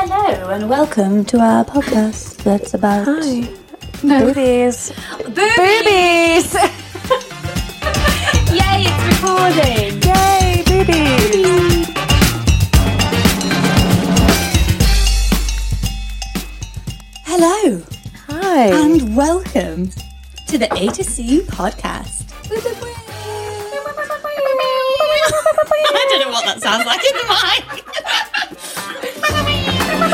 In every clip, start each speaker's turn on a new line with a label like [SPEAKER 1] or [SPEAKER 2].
[SPEAKER 1] and welcome to our podcast that's about
[SPEAKER 2] Hi. Boobies. Boobies!
[SPEAKER 1] Yay, it's recording!
[SPEAKER 2] Yay, boobies!
[SPEAKER 1] Hello
[SPEAKER 2] Hi.
[SPEAKER 1] and welcome to the A to C podcast. I don't know what that sounds like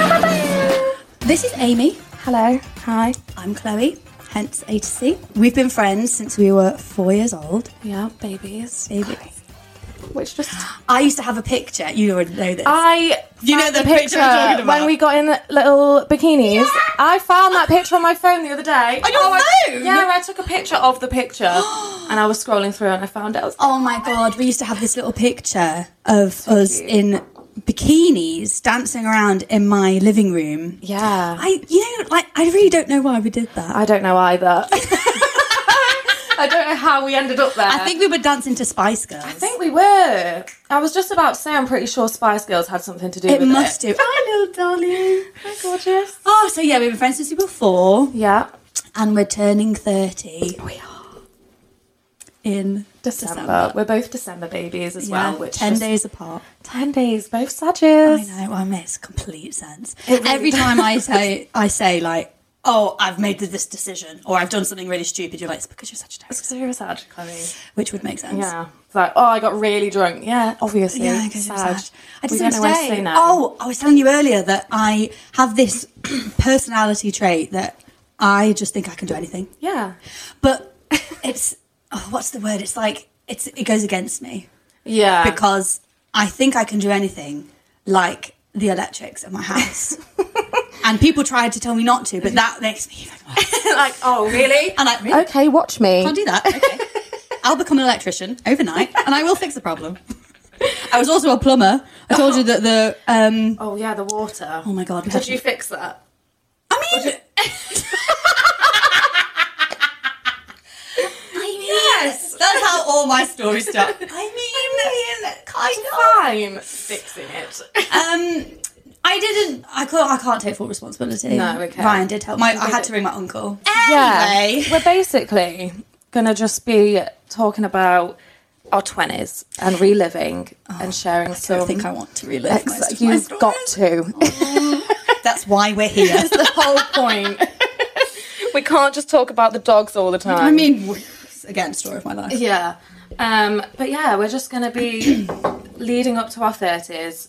[SPEAKER 1] in the mic. this is Amy.
[SPEAKER 2] Hello. Hi.
[SPEAKER 1] I'm Chloe, hence A to C. We've been friends since we were four years old.
[SPEAKER 2] Yeah, babies.
[SPEAKER 1] Baby.
[SPEAKER 2] Which just.
[SPEAKER 1] I used to have a picture. You already know this.
[SPEAKER 2] I.
[SPEAKER 1] You know
[SPEAKER 2] found
[SPEAKER 1] the picture I'm talking about.
[SPEAKER 2] when we got in little bikinis. I found that picture on my phone the other day.
[SPEAKER 1] On your
[SPEAKER 2] Oh, I-
[SPEAKER 1] phone?
[SPEAKER 2] yeah, I took a picture of the picture and I was scrolling through and I found it. I was
[SPEAKER 1] Oh my god, we used to have this little picture of us in bikinis dancing around in my living room.
[SPEAKER 2] yeah.
[SPEAKER 1] I, you know, like I really don't know why we did that.
[SPEAKER 2] I don't know either. I don't know how we ended up there.
[SPEAKER 1] I think we were dancing to Spice Girls.
[SPEAKER 2] I think we were. I was just about to say I'm pretty sure Spice Girls had something to do
[SPEAKER 1] it
[SPEAKER 2] with
[SPEAKER 1] must do.
[SPEAKER 2] it.
[SPEAKER 1] Hi, little darling.
[SPEAKER 2] Hi, gorgeous.
[SPEAKER 1] Oh, so yeah, we've been friends since we were four,
[SPEAKER 2] Yeah.
[SPEAKER 1] and we're turning thirty
[SPEAKER 2] We are.
[SPEAKER 1] in
[SPEAKER 2] December.
[SPEAKER 1] December.
[SPEAKER 2] We're both December babies as
[SPEAKER 1] Yeah,
[SPEAKER 2] well, which
[SPEAKER 1] ten
[SPEAKER 2] is-
[SPEAKER 1] days apart.
[SPEAKER 2] ten days, both Sagittarius.
[SPEAKER 1] I know. Well, it makes complete sense.
[SPEAKER 2] It really
[SPEAKER 1] Every time I say, I say like, "Oh, I've made this decision," or "I've done something really stupid," you're like, "It's because you're such a
[SPEAKER 2] Because you're a Sag, Chloe.
[SPEAKER 1] which would make sense.
[SPEAKER 2] Yeah. It's like, oh, I got really drunk. Yeah, obviously.
[SPEAKER 1] Yeah, because you're
[SPEAKER 2] Sag.
[SPEAKER 1] Sag. I
[SPEAKER 2] we
[SPEAKER 1] just
[SPEAKER 2] don't know when to say
[SPEAKER 1] today.
[SPEAKER 2] no.
[SPEAKER 1] Oh, I was telling you earlier that I have this personality trait that I just think I can do anything.
[SPEAKER 2] Yeah.
[SPEAKER 1] But it's oh, what's the word? It's like it's it goes against me
[SPEAKER 2] Yeah.
[SPEAKER 1] because I think I can do anything, like the electrics at my house. and people tried to tell me not to, but that makes me even worse.
[SPEAKER 2] like, oh, really?
[SPEAKER 1] And like, really?
[SPEAKER 2] okay, watch me.
[SPEAKER 1] I'll do that. Okay. I'll become an electrician overnight, and I will fix the problem. I was also a plumber. I told you that the. Um,
[SPEAKER 2] Oh, yeah, the water.
[SPEAKER 1] oh my god! we
[SPEAKER 2] Did
[SPEAKER 1] had-
[SPEAKER 2] you fix that?
[SPEAKER 1] I mean. I mean, yes. That's how all my stories start. I mean, kind of.
[SPEAKER 2] Fine. Fixing it.
[SPEAKER 1] Um, I didn't. I can't. I can't take full responsibility.
[SPEAKER 2] No, okay.
[SPEAKER 1] Ryan did help. My, I had to ring my uncle. Anyway.
[SPEAKER 2] Yeah, we're basically gonna just be talking about our twenties and reliving and sharing
[SPEAKER 1] Oh, I
[SPEAKER 2] some.
[SPEAKER 1] don't think I want to relive
[SPEAKER 2] ex-
[SPEAKER 1] most of my
[SPEAKER 2] you've
[SPEAKER 1] stories.
[SPEAKER 2] got to.
[SPEAKER 1] That's why we're here.
[SPEAKER 2] It's the whole point. we can't just talk about the dogs all the time.
[SPEAKER 1] I mean, again, story of my life.
[SPEAKER 2] yeah. Um, but yeah, we're just gonna be leading up to our thirties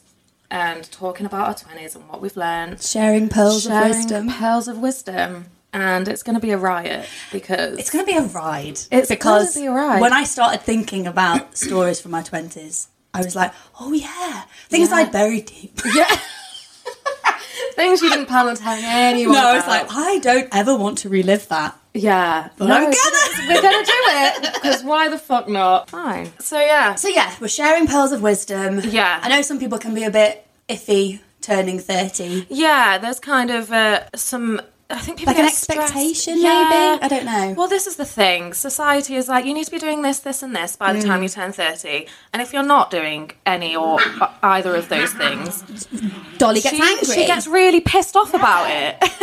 [SPEAKER 2] and talking about our twenties and what we've learned,
[SPEAKER 1] Sharing pearls
[SPEAKER 2] sharing
[SPEAKER 1] of wisdom.
[SPEAKER 2] pearls of wisdom, and it's gonna be a riot because
[SPEAKER 1] It's going to be a ride.
[SPEAKER 2] gonna
[SPEAKER 1] because
[SPEAKER 2] be a ride.
[SPEAKER 1] when I started thinking about stories from my twenties, I was like, oh yeah, things I buried deep.
[SPEAKER 2] Yeah. Things you didn't plan on telling anyone.
[SPEAKER 1] no, I was
[SPEAKER 2] about.
[SPEAKER 1] like, I don't ever want to relive that.
[SPEAKER 2] yeah,
[SPEAKER 1] But I'm
[SPEAKER 2] it's-
[SPEAKER 1] gonna.
[SPEAKER 2] We're gonna do it because why the fuck not? Fine. So yeah,
[SPEAKER 1] So yeah, we're sharing pearls of wisdom.
[SPEAKER 2] Yeah.
[SPEAKER 1] I know some people can be a bit iffy turning thirty.
[SPEAKER 2] yeah. There's kind of uh, some. I think people
[SPEAKER 1] Like an
[SPEAKER 2] get stressed.
[SPEAKER 1] expectation, maybe? I don't know.
[SPEAKER 2] Well, this is the thing. Society is like you need to be doing this, this, and this by the
[SPEAKER 1] Mm.
[SPEAKER 2] time you turn thirty, and if you're not doing any or either of those things,
[SPEAKER 1] Dolly gets
[SPEAKER 2] she,
[SPEAKER 1] angry.
[SPEAKER 2] she gets really pissed off about it.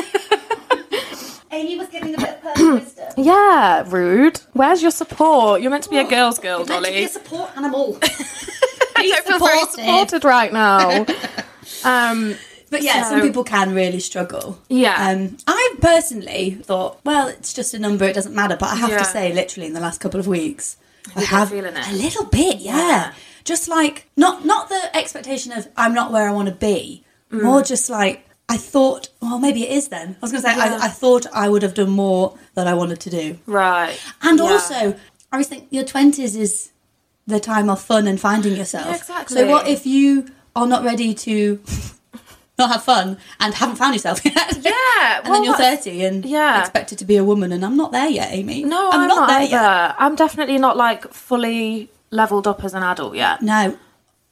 [SPEAKER 1] Amy was giving a bit of pearls of wisdom.
[SPEAKER 2] yeah, rude. Where's your support? You're meant to be a girls' girl,
[SPEAKER 1] Meant
[SPEAKER 2] Dolly.
[SPEAKER 1] to be a support animal.
[SPEAKER 2] I don't feel very
[SPEAKER 1] supported.
[SPEAKER 2] supported right now. um,
[SPEAKER 1] But yeah, some
[SPEAKER 2] So-
[SPEAKER 1] people can really struggle.
[SPEAKER 2] Yeah.
[SPEAKER 1] Um, I personally thought, well, it's just a number; it doesn't matter. But I have to
[SPEAKER 2] Yeah.
[SPEAKER 1] say, literally, in the last couple of weeks, I
[SPEAKER 2] been
[SPEAKER 1] have
[SPEAKER 2] feeling it?
[SPEAKER 1] a little bit, yeah.
[SPEAKER 2] Yeah.
[SPEAKER 1] Just like not not the expectation of I'm not where I want to be,
[SPEAKER 2] Mm.
[SPEAKER 1] more just like I thought. Well, maybe it is then. I was going to say
[SPEAKER 2] Yeah.
[SPEAKER 1] I, I thought I would have done more than I wanted to do,
[SPEAKER 2] right.
[SPEAKER 1] and
[SPEAKER 2] Yeah.
[SPEAKER 1] also I always think your twenties is the time of fun and finding yourself.
[SPEAKER 2] Yeah, exactly.
[SPEAKER 1] So what if you are not ready to not have fun and haven't found yourself yet?
[SPEAKER 2] Yeah.
[SPEAKER 1] And
[SPEAKER 2] well,
[SPEAKER 1] then you're
[SPEAKER 2] that's-
[SPEAKER 1] 30 and
[SPEAKER 2] Yeah.
[SPEAKER 1] expected to be a woman, and I'm not there yet, Amy.
[SPEAKER 2] No, I'm, not, either. I'm definitely not like fully leveled up as an adult yet,
[SPEAKER 1] No.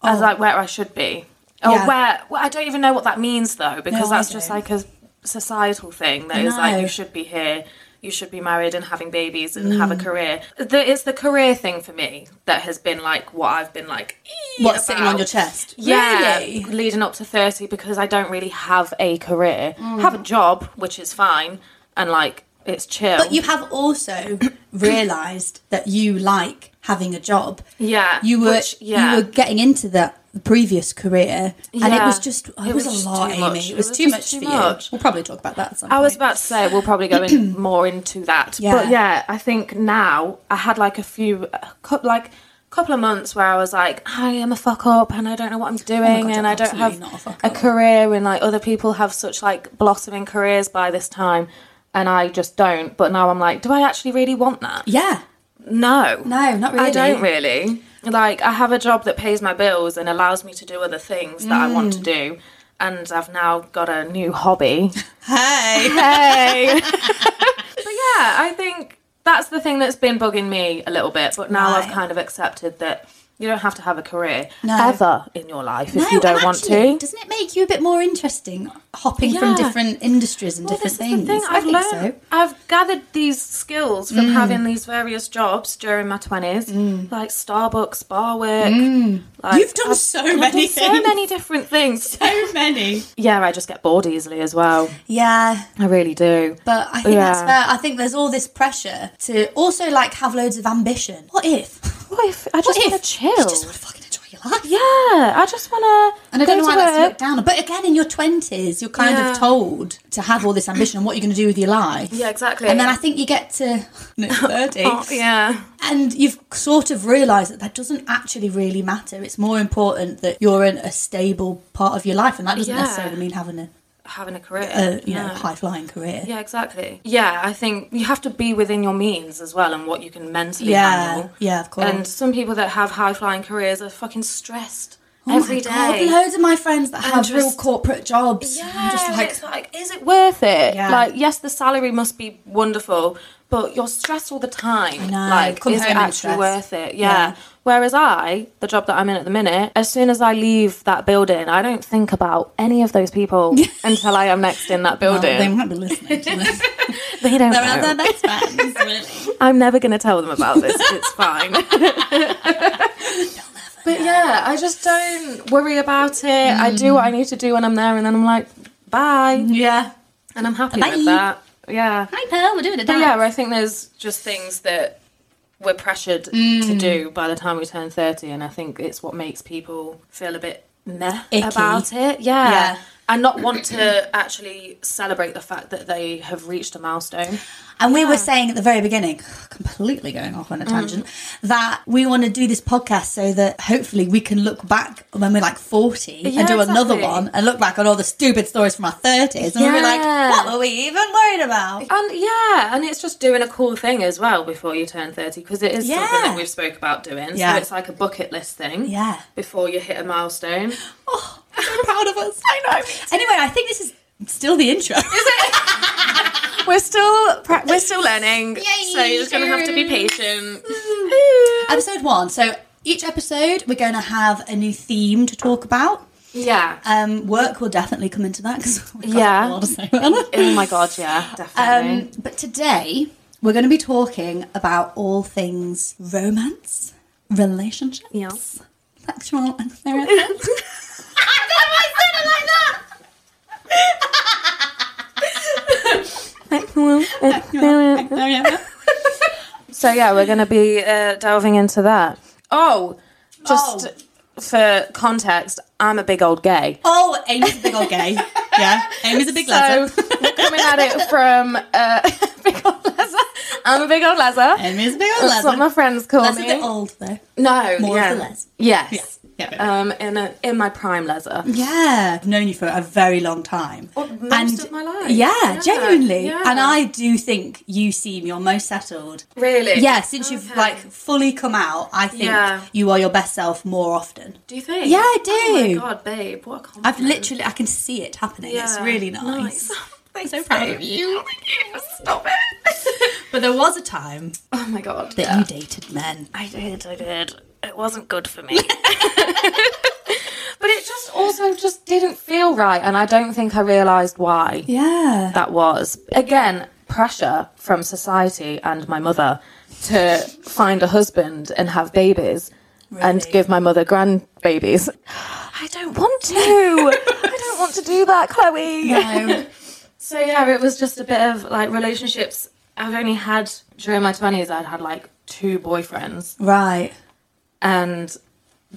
[SPEAKER 2] as
[SPEAKER 1] Oh.
[SPEAKER 2] like where I should be. Or
[SPEAKER 1] Yeah.
[SPEAKER 2] where well, I don't even know what that means though, because
[SPEAKER 1] I
[SPEAKER 2] that's just
[SPEAKER 1] don't.
[SPEAKER 2] like a societal thing that
[SPEAKER 1] I
[SPEAKER 2] is like
[SPEAKER 1] know.
[SPEAKER 2] you should be here, you should be married and having babies and have a
[SPEAKER 1] Mm.
[SPEAKER 2] career. The, it's the career thing for me that has been like what I've been like. "Ee"
[SPEAKER 1] What's sitting on
[SPEAKER 2] about.
[SPEAKER 1] your chest?
[SPEAKER 2] Yeah,
[SPEAKER 1] Really?
[SPEAKER 2] leading up to 30 because I don't really have a career.
[SPEAKER 1] Mm.
[SPEAKER 2] Have a job, which is fine, and like it's chill.
[SPEAKER 1] But you have also realised that you like having a job.
[SPEAKER 2] yeah,
[SPEAKER 1] You were
[SPEAKER 2] which- yeah.
[SPEAKER 1] you were getting into the previous career, and it
[SPEAKER 2] Yeah.
[SPEAKER 1] was just it,
[SPEAKER 2] It
[SPEAKER 1] was,
[SPEAKER 2] was just
[SPEAKER 1] a lot,
[SPEAKER 2] too
[SPEAKER 1] Amy.
[SPEAKER 2] much.
[SPEAKER 1] It was, too
[SPEAKER 2] just
[SPEAKER 1] much
[SPEAKER 2] too
[SPEAKER 1] for you.
[SPEAKER 2] much.
[SPEAKER 1] We'll probably talk about that. At some
[SPEAKER 2] I was
[SPEAKER 1] point.
[SPEAKER 2] about to say we'll probably go in more into that.
[SPEAKER 1] Yeah.
[SPEAKER 2] But yeah, I think now I had like a few, a couple, like couple of months where I was like, I am a fuck up and I don't know what I'm doing
[SPEAKER 1] Oh God,
[SPEAKER 2] and
[SPEAKER 1] you're
[SPEAKER 2] I don't
[SPEAKER 1] absolutely
[SPEAKER 2] have
[SPEAKER 1] not a fuck
[SPEAKER 2] a,
[SPEAKER 1] up.
[SPEAKER 2] career and like other people have such like blossoming careers by this time and I just don't. But now I'm like, do I actually really want that?
[SPEAKER 1] yeah.
[SPEAKER 2] No.
[SPEAKER 1] No, not really.
[SPEAKER 2] I don't really. Like, I have a job that pays my bills and allows me to do other things that I want
[SPEAKER 1] Hmm.
[SPEAKER 2] to do. And I've now got a new hobby.
[SPEAKER 1] Hey.
[SPEAKER 2] Hey! but yeah, I think that's the thing that's been bugging me a little bit. But now I've
[SPEAKER 1] Right.
[SPEAKER 2] kind of accepted that you don't have to have a career
[SPEAKER 1] No.
[SPEAKER 2] ever in your life if
[SPEAKER 1] No,
[SPEAKER 2] you don't
[SPEAKER 1] and
[SPEAKER 2] want
[SPEAKER 1] actually,
[SPEAKER 2] to.
[SPEAKER 1] Doesn't it make you a bit more interesting hopping from
[SPEAKER 2] Yeah.
[SPEAKER 1] different industries and different things? I
[SPEAKER 2] I've
[SPEAKER 1] think Mm.
[SPEAKER 2] learned. I've gathered these skills from having these various jobs during my twenties, like Starbucks, bar work. Like,
[SPEAKER 1] Mm. You've done so
[SPEAKER 2] I've
[SPEAKER 1] many
[SPEAKER 2] done so
[SPEAKER 1] things.
[SPEAKER 2] many different things.
[SPEAKER 1] so. So many.
[SPEAKER 2] Yeah, I just get bored easily as well.
[SPEAKER 1] Yeah,
[SPEAKER 2] I really do.
[SPEAKER 1] but I think that's
[SPEAKER 2] Yeah.
[SPEAKER 1] fair. I think there's all this pressure to also like have loads of ambition. What if?
[SPEAKER 2] What if I just
[SPEAKER 1] what
[SPEAKER 2] want
[SPEAKER 1] if
[SPEAKER 2] to chill?
[SPEAKER 1] You just want to fucking enjoy your life.
[SPEAKER 2] yeah, I just want to.
[SPEAKER 1] And I don't know
[SPEAKER 2] go
[SPEAKER 1] why
[SPEAKER 2] to
[SPEAKER 1] that's
[SPEAKER 2] work.
[SPEAKER 1] looked down on. But again, in your 20s, you're kind
[SPEAKER 2] Yeah.
[SPEAKER 1] of told to have all this ambition and what you're going to do with your life.
[SPEAKER 2] Yeah, exactly.
[SPEAKER 1] And then I think you get to no, 30
[SPEAKER 2] Oh, yeah.
[SPEAKER 1] and you've sort of realised that that doesn't actually really matter. It's more important that you're in a stable part of your life. And that doesn't
[SPEAKER 2] Yeah.
[SPEAKER 1] necessarily mean having a,
[SPEAKER 2] Having a career.
[SPEAKER 1] a you know,
[SPEAKER 2] yeah.
[SPEAKER 1] high flying career.
[SPEAKER 2] Yeah, exactly. Yeah, I think you have to be within your means as well and what you can mentally
[SPEAKER 1] Yeah,
[SPEAKER 2] handle.
[SPEAKER 1] yeah, of course.
[SPEAKER 2] And some people that have high flying careers are fucking stressed
[SPEAKER 1] Oh my
[SPEAKER 2] every day.
[SPEAKER 1] God, loads of my friends that have real
[SPEAKER 2] just-
[SPEAKER 1] corporate jobs.
[SPEAKER 2] Yeah,
[SPEAKER 1] I'm just
[SPEAKER 2] and
[SPEAKER 1] like,
[SPEAKER 2] it's like, is it worth it?
[SPEAKER 1] Yeah.
[SPEAKER 2] Like, yes, the salary must be wonderful, but you're stressed all the time.
[SPEAKER 1] know,
[SPEAKER 2] Like,
[SPEAKER 1] come
[SPEAKER 2] is it
[SPEAKER 1] home and
[SPEAKER 2] actually
[SPEAKER 1] stressed.
[SPEAKER 2] worth it? Yeah.
[SPEAKER 1] Yeah.
[SPEAKER 2] Whereas I, the job that I'm in at the minute, as soon as I leave that building, I don't think about any of those people until I am next in that
[SPEAKER 1] well,
[SPEAKER 2] building.
[SPEAKER 1] oh, they might be listening to this.
[SPEAKER 2] they, don't
[SPEAKER 1] They're
[SPEAKER 2] know.
[SPEAKER 1] our best friends, really.
[SPEAKER 2] I'm never going to tell them about this. It's fine. but yeah, I just don't worry about it. I do
[SPEAKER 1] Mm.
[SPEAKER 2] what I need to do when I'm there, and then I'm like, bye.
[SPEAKER 1] Yeah.
[SPEAKER 2] And I'm happy
[SPEAKER 1] Bye.
[SPEAKER 2] with that. Yeah.
[SPEAKER 1] Hi, Pearl, we're doing a
[SPEAKER 2] But
[SPEAKER 1] dance.
[SPEAKER 2] yeah, I think there's just things that we're pressured
[SPEAKER 1] Mm.
[SPEAKER 2] to do by the time we turn 30, and I think it's what makes people feel a bit meh
[SPEAKER 1] Icky.
[SPEAKER 2] about it. Yeah.
[SPEAKER 1] Yeah.
[SPEAKER 2] And not want to actually celebrate the fact that they have reached a milestone.
[SPEAKER 1] And we were saying at the very beginning, completely going off on a tangent,
[SPEAKER 2] Mm.
[SPEAKER 1] that we want to do this podcast so that hopefully we can look back when we're like 40
[SPEAKER 2] Yeah,
[SPEAKER 1] and do another
[SPEAKER 2] exactly.
[SPEAKER 1] one and look back on all the stupid stories from our 30s and we'll be like,
[SPEAKER 2] Yeah.
[SPEAKER 1] what were we even worried about?
[SPEAKER 2] And yeah, and it's just doing a cool thing as well before you turn 30 because it is something
[SPEAKER 1] Yeah.
[SPEAKER 2] that we've spoke about doing.
[SPEAKER 1] Yeah.
[SPEAKER 2] So it's like a bucket list thing.
[SPEAKER 1] Yeah.
[SPEAKER 2] Before you hit a milestone.
[SPEAKER 1] Oh, I'm so proud of us. I know. Anyway, I think this is still the intro.
[SPEAKER 2] We're still pra- we're still learning.
[SPEAKER 1] Yay,
[SPEAKER 2] so you're just going to have to be
[SPEAKER 1] cheers.
[SPEAKER 2] patient.
[SPEAKER 1] episode one. So each episode, we're going to have a new theme to talk about.
[SPEAKER 2] yeah.
[SPEAKER 1] Um, work will definitely come into that because we've got a
[SPEAKER 2] Yeah.
[SPEAKER 1] lot to say about it.
[SPEAKER 2] oh my god, yeah, definitely.
[SPEAKER 1] Um, but today we're going to be talking about all things romance, relationships,
[SPEAKER 2] Yeah.
[SPEAKER 1] sexual and therapy. I don't know why I said it like that. Oh, yeah.
[SPEAKER 2] so yeah, we're going to be uh, delving into that. Oh, just for context, I'm a big old gay.
[SPEAKER 1] Oh, Amy's a big old gay. Yeah, Amy's a big lesser.
[SPEAKER 2] So we're coming at it from uh, big old Lazar. I'm a big old Lazar.
[SPEAKER 1] Amy's a big old
[SPEAKER 2] That's what my
[SPEAKER 1] lesser.
[SPEAKER 2] friends call
[SPEAKER 1] Lesser's a
[SPEAKER 2] me.
[SPEAKER 1] bit old though.
[SPEAKER 2] No,
[SPEAKER 1] More of
[SPEAKER 2] yeah.
[SPEAKER 1] the Les.
[SPEAKER 2] Yes.
[SPEAKER 1] Yeah, yeah, yeah.
[SPEAKER 2] Um, in a, in my prime Lazar.
[SPEAKER 1] Yeah, I've known you for a very long time.
[SPEAKER 2] Oh, most of my life.
[SPEAKER 1] Yeah,
[SPEAKER 2] Yeah,
[SPEAKER 1] genuinely.
[SPEAKER 2] yeah.
[SPEAKER 1] And I do think you seem your most settled
[SPEAKER 2] Really?
[SPEAKER 1] Yeah, since you've
[SPEAKER 2] Okay.
[SPEAKER 1] like fully come out, I think
[SPEAKER 2] Yeah.
[SPEAKER 1] you are your best self more often.
[SPEAKER 2] Do you think?
[SPEAKER 1] Yeah, I
[SPEAKER 2] Oh my
[SPEAKER 1] do.
[SPEAKER 2] god, babe, what a compliment.
[SPEAKER 1] I've literally, I can see it happening. It's
[SPEAKER 2] Yeah.
[SPEAKER 1] really nice.
[SPEAKER 2] Thanks,
[SPEAKER 1] so proud of
[SPEAKER 2] babe. Oh my God, Stop it.
[SPEAKER 1] But there was a time
[SPEAKER 2] oh my god.
[SPEAKER 1] that
[SPEAKER 2] yeah.
[SPEAKER 1] you dated men.
[SPEAKER 2] I did, I did. It wasn't good for me. but it just also just didn't feel right, and I don't think I realised why
[SPEAKER 1] Yeah.
[SPEAKER 2] that was. Again, pressure from society and my mother to find a husband and have babies and
[SPEAKER 1] Really?
[SPEAKER 2] give my mother grandbabies. I don't want to. I don't want to do that, Chloe.
[SPEAKER 1] No.
[SPEAKER 2] So yeah, it was just a bit of like relationships. I've only had during my twenties. I'd had like two boyfriends,
[SPEAKER 1] right.
[SPEAKER 2] and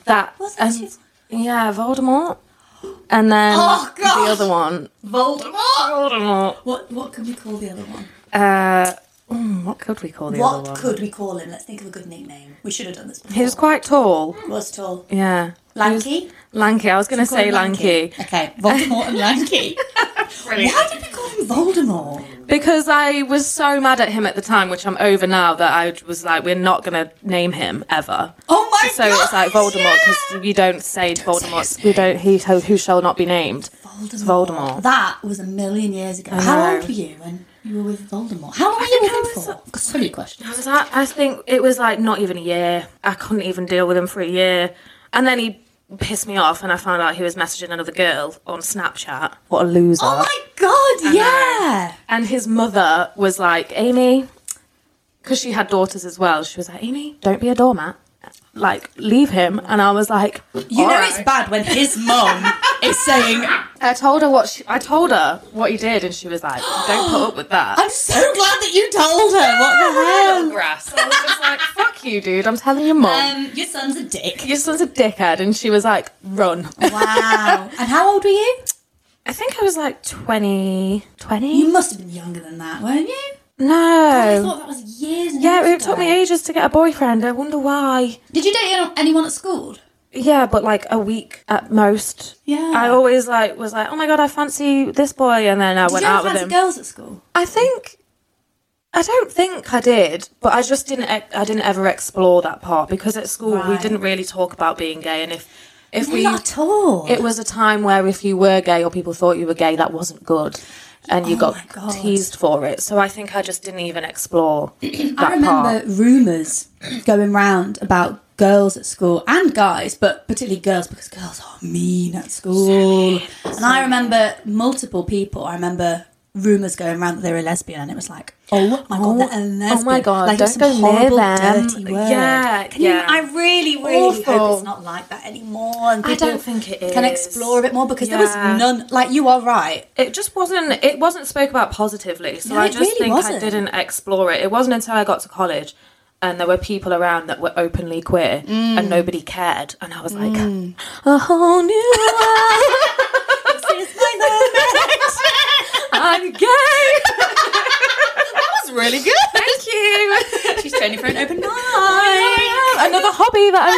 [SPEAKER 2] that
[SPEAKER 1] What's that
[SPEAKER 2] and
[SPEAKER 1] she's-
[SPEAKER 2] yeah, Voldemort, and then
[SPEAKER 1] Oh, God.
[SPEAKER 2] the other one,
[SPEAKER 1] Voldemort.
[SPEAKER 2] Voldemort.
[SPEAKER 1] What what could we call the other one?
[SPEAKER 2] Uh, mm, what could we call the other
[SPEAKER 1] what
[SPEAKER 2] one?
[SPEAKER 1] could we call him? Let's think of a good nickname. We should have done this. Before.
[SPEAKER 2] He was quite tall.
[SPEAKER 1] was tall,
[SPEAKER 2] Yeah,
[SPEAKER 1] lanky.
[SPEAKER 2] lanky. I was gonna
[SPEAKER 1] Call him
[SPEAKER 2] say lanky.
[SPEAKER 1] Okay, Voldemort and lanky.
[SPEAKER 2] Brilliant.
[SPEAKER 1] Why did we call him Voldemort?
[SPEAKER 2] Because I was so mad at him at the time, which I'm over now, that I was like, we're not going to name him ever.
[SPEAKER 1] Oh my
[SPEAKER 2] So
[SPEAKER 1] God,
[SPEAKER 2] it's like Voldemort, because
[SPEAKER 1] yeah!
[SPEAKER 2] you don't say
[SPEAKER 1] say
[SPEAKER 2] Voldemort,
[SPEAKER 1] his
[SPEAKER 2] you don't, he who who shall not be named. It's Voldemort.
[SPEAKER 1] That was a million years ago. How
[SPEAKER 2] know.
[SPEAKER 1] old were you when you were with Voldemort? How long were you
[SPEAKER 2] think I
[SPEAKER 1] with him
[SPEAKER 2] was-
[SPEAKER 1] for? Silly question.
[SPEAKER 2] I was like, I think it was like not even a year. I couldn't even deal with him for a year. And then he pissed me off, and I found out he was messaging another girl on Snapchat. What a loser.
[SPEAKER 1] Oh my god! Yeah.
[SPEAKER 2] And his mother was like, Amy, because she had daughters as well, she was like, Amy, don't be a doormat. Like, leave him. And I was like,
[SPEAKER 1] You know
[SPEAKER 2] "Alright."
[SPEAKER 1] it's bad when his mum is saying,
[SPEAKER 2] I told her what she, I told her what he did, and she was like, don't put up with that.
[SPEAKER 1] "I'm so glad that you told her." What the hell?
[SPEAKER 2] Grass. I was just like, fuck you, dude. I'm telling your mum.
[SPEAKER 1] Um, your son's a dick.
[SPEAKER 2] your son's a dickhead. And she was like, run.
[SPEAKER 1] Wow. and how old were you?
[SPEAKER 2] I think I was like 20, 20?
[SPEAKER 1] You must have been younger than that, weren't you? I
[SPEAKER 2] no.
[SPEAKER 1] thought that was years. And
[SPEAKER 2] Yeah,
[SPEAKER 1] years
[SPEAKER 2] it took me
[SPEAKER 1] ago.
[SPEAKER 2] ages to get a boyfriend. I wonder why.
[SPEAKER 1] Did you date anyone at school?
[SPEAKER 2] Yeah, but like a week at most.
[SPEAKER 1] Yeah.
[SPEAKER 2] I always like was like, oh my god, I fancy this boy, and then I
[SPEAKER 1] Did
[SPEAKER 2] went
[SPEAKER 1] you ever
[SPEAKER 2] out with
[SPEAKER 1] fancy
[SPEAKER 2] him.
[SPEAKER 1] girls at school?
[SPEAKER 2] I think. I don't think I did, but I just didn't. ex- I didn't ever explore that part because at school we
[SPEAKER 1] Right.
[SPEAKER 2] didn't really talk about being gay, and if if we,
[SPEAKER 1] Not at all.
[SPEAKER 2] it was a time where if you were gay or people thought you were gay, that wasn't good, and you
[SPEAKER 1] Oh my
[SPEAKER 2] got
[SPEAKER 1] God.
[SPEAKER 2] teased for it. So I think I just didn't even explore that
[SPEAKER 1] I remember
[SPEAKER 2] part.
[SPEAKER 1] rumours going round about girls at school and guys, but particularly girls because girls are mean at school. and I remember multiple people. I remember rumours going around that they were lesbian, and it was like, oh my god, they're a lesbian.
[SPEAKER 2] oh my God,
[SPEAKER 1] like, it was
[SPEAKER 2] don't
[SPEAKER 1] some
[SPEAKER 2] go near
[SPEAKER 1] horrible,
[SPEAKER 2] them.
[SPEAKER 1] dirty word.
[SPEAKER 2] Yeah,
[SPEAKER 1] Can you-
[SPEAKER 2] yeah.
[SPEAKER 1] I really, really hope
[SPEAKER 2] Awful.
[SPEAKER 1] it's not like that anymore. And
[SPEAKER 2] I
[SPEAKER 1] people
[SPEAKER 2] don't think it
[SPEAKER 1] Can
[SPEAKER 2] is.
[SPEAKER 1] explore a bit more because there was
[SPEAKER 2] Yeah.
[SPEAKER 1] none. Like you are right.
[SPEAKER 2] it just wasn't it wasn't spoke about positively so
[SPEAKER 1] No,
[SPEAKER 2] i
[SPEAKER 1] it
[SPEAKER 2] just
[SPEAKER 1] really
[SPEAKER 2] think
[SPEAKER 1] wasn't.
[SPEAKER 2] i didn't explore it it wasn't until i got to college and there were people around that were openly queer
[SPEAKER 1] Mm.
[SPEAKER 2] and nobody cared and i was like a whole new world
[SPEAKER 1] It's my moment.
[SPEAKER 2] i'm gay
[SPEAKER 1] That was really good.
[SPEAKER 2] thank you
[SPEAKER 1] She's training for an open mind.
[SPEAKER 2] another hobby that i'm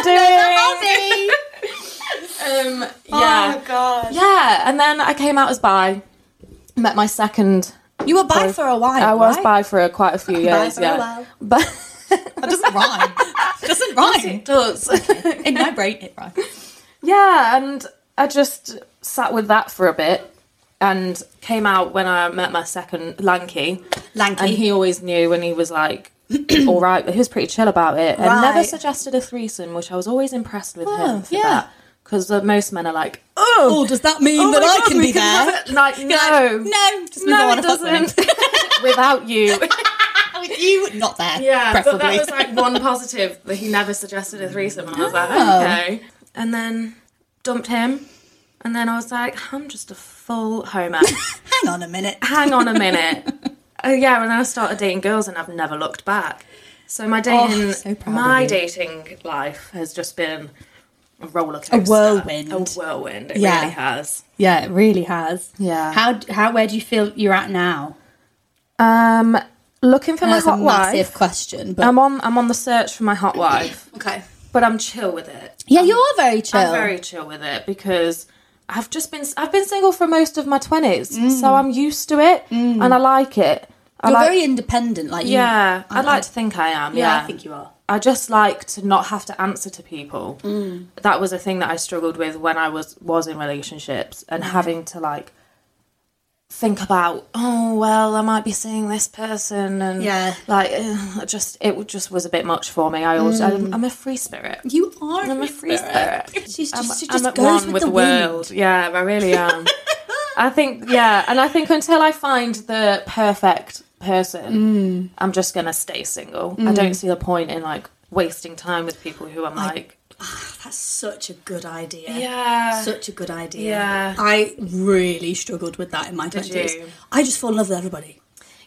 [SPEAKER 2] doing um yeah
[SPEAKER 1] god.
[SPEAKER 2] yeah and then i came out as bi met my second
[SPEAKER 1] You were bi for a while.
[SPEAKER 2] i was
[SPEAKER 1] right?
[SPEAKER 2] bi for a, quite a few years
[SPEAKER 1] for a
[SPEAKER 2] yeah
[SPEAKER 1] while.
[SPEAKER 2] but
[SPEAKER 1] That doesn't rhyme. doesn't
[SPEAKER 2] it
[SPEAKER 1] rhyme.
[SPEAKER 2] does
[SPEAKER 1] In my brain, it rhymes.
[SPEAKER 2] Yeah, and I just sat with that for a bit and came out when I met my second lanky.
[SPEAKER 1] Lanky.
[SPEAKER 2] And he always knew when he was like, all right, but he was pretty chill about it and never
[SPEAKER 1] Right.
[SPEAKER 2] suggested a threesome, which I was always impressed with
[SPEAKER 1] Oh,
[SPEAKER 2] him for
[SPEAKER 1] yeah.
[SPEAKER 2] Because most men are like, oh,
[SPEAKER 1] does that mean
[SPEAKER 2] oh my God, we have it." Like, no.
[SPEAKER 1] no, just move
[SPEAKER 2] No,
[SPEAKER 1] on.
[SPEAKER 2] it doesn't. Without you.
[SPEAKER 1] With you, not there.
[SPEAKER 2] Yeah,
[SPEAKER 1] preferably.
[SPEAKER 2] but that was like one positive that he never suggested a threesome, and I was like,
[SPEAKER 1] Oh.
[SPEAKER 2] okay. And then dumped him, and then I was like, I'm just a full homer.
[SPEAKER 1] Hang on a minute.
[SPEAKER 2] Hang on a minute. Oh yeah, and then I started dating girls, and I've never looked back. So my
[SPEAKER 1] Oh,
[SPEAKER 2] dating,
[SPEAKER 1] so proud of
[SPEAKER 2] my
[SPEAKER 1] you.
[SPEAKER 2] dating life has just been a roller coaster,
[SPEAKER 1] whirlwind.
[SPEAKER 2] a whirlwind. It
[SPEAKER 1] Yeah.
[SPEAKER 2] really has.
[SPEAKER 1] Yeah, it really has.
[SPEAKER 2] Yeah.
[SPEAKER 1] How how where do you feel you're at now?
[SPEAKER 2] Um, looking for my
[SPEAKER 1] That's a
[SPEAKER 2] hot
[SPEAKER 1] massive
[SPEAKER 2] wife.
[SPEAKER 1] question. But
[SPEAKER 2] I'm on. I'm on the search for my hot wife,
[SPEAKER 1] okay.
[SPEAKER 2] but I'm chill with it.
[SPEAKER 1] Yeah, you're Um, very chill.
[SPEAKER 2] I'm very chill with it because I've just been I've been single for most of my twenties, so I'm used to it and I like it. I
[SPEAKER 1] Mm. you're
[SPEAKER 2] like,
[SPEAKER 1] very independent. Like you-
[SPEAKER 2] yeah.
[SPEAKER 1] I-
[SPEAKER 2] I'd like to think I am. Yeah,
[SPEAKER 1] yeah, I think you are.
[SPEAKER 2] I just like to not have to answer to people.
[SPEAKER 1] Mm.
[SPEAKER 2] That was a thing that I struggled with when I was was in relationships and
[SPEAKER 1] Mm.
[SPEAKER 2] having to like think about oh well I might be seeing this person and
[SPEAKER 1] Yeah.
[SPEAKER 2] like I just it would- just was a bit much for me. I always
[SPEAKER 1] Mm.
[SPEAKER 2] I'm, I'm a free spirit.
[SPEAKER 1] You are.
[SPEAKER 2] I'm a free spirit.
[SPEAKER 1] She's just, she
[SPEAKER 2] I'm,
[SPEAKER 1] just
[SPEAKER 2] I'm at
[SPEAKER 1] goes
[SPEAKER 2] one
[SPEAKER 1] with,
[SPEAKER 2] with,
[SPEAKER 1] the,
[SPEAKER 2] the, world.
[SPEAKER 1] wind.
[SPEAKER 2] Yeah, I really am. I think yeah, and I think until I find the perfect
[SPEAKER 1] Mm.
[SPEAKER 2] person, I'm just gonna stay single. I don't see the point in like wasting time with people who I'm like,
[SPEAKER 1] That's such a good idea.
[SPEAKER 2] yeah,
[SPEAKER 1] Such a good idea.
[SPEAKER 2] Yeah.
[SPEAKER 1] I really struggled with that in my twenties.
[SPEAKER 2] you?
[SPEAKER 1] I just fall in love with everybody.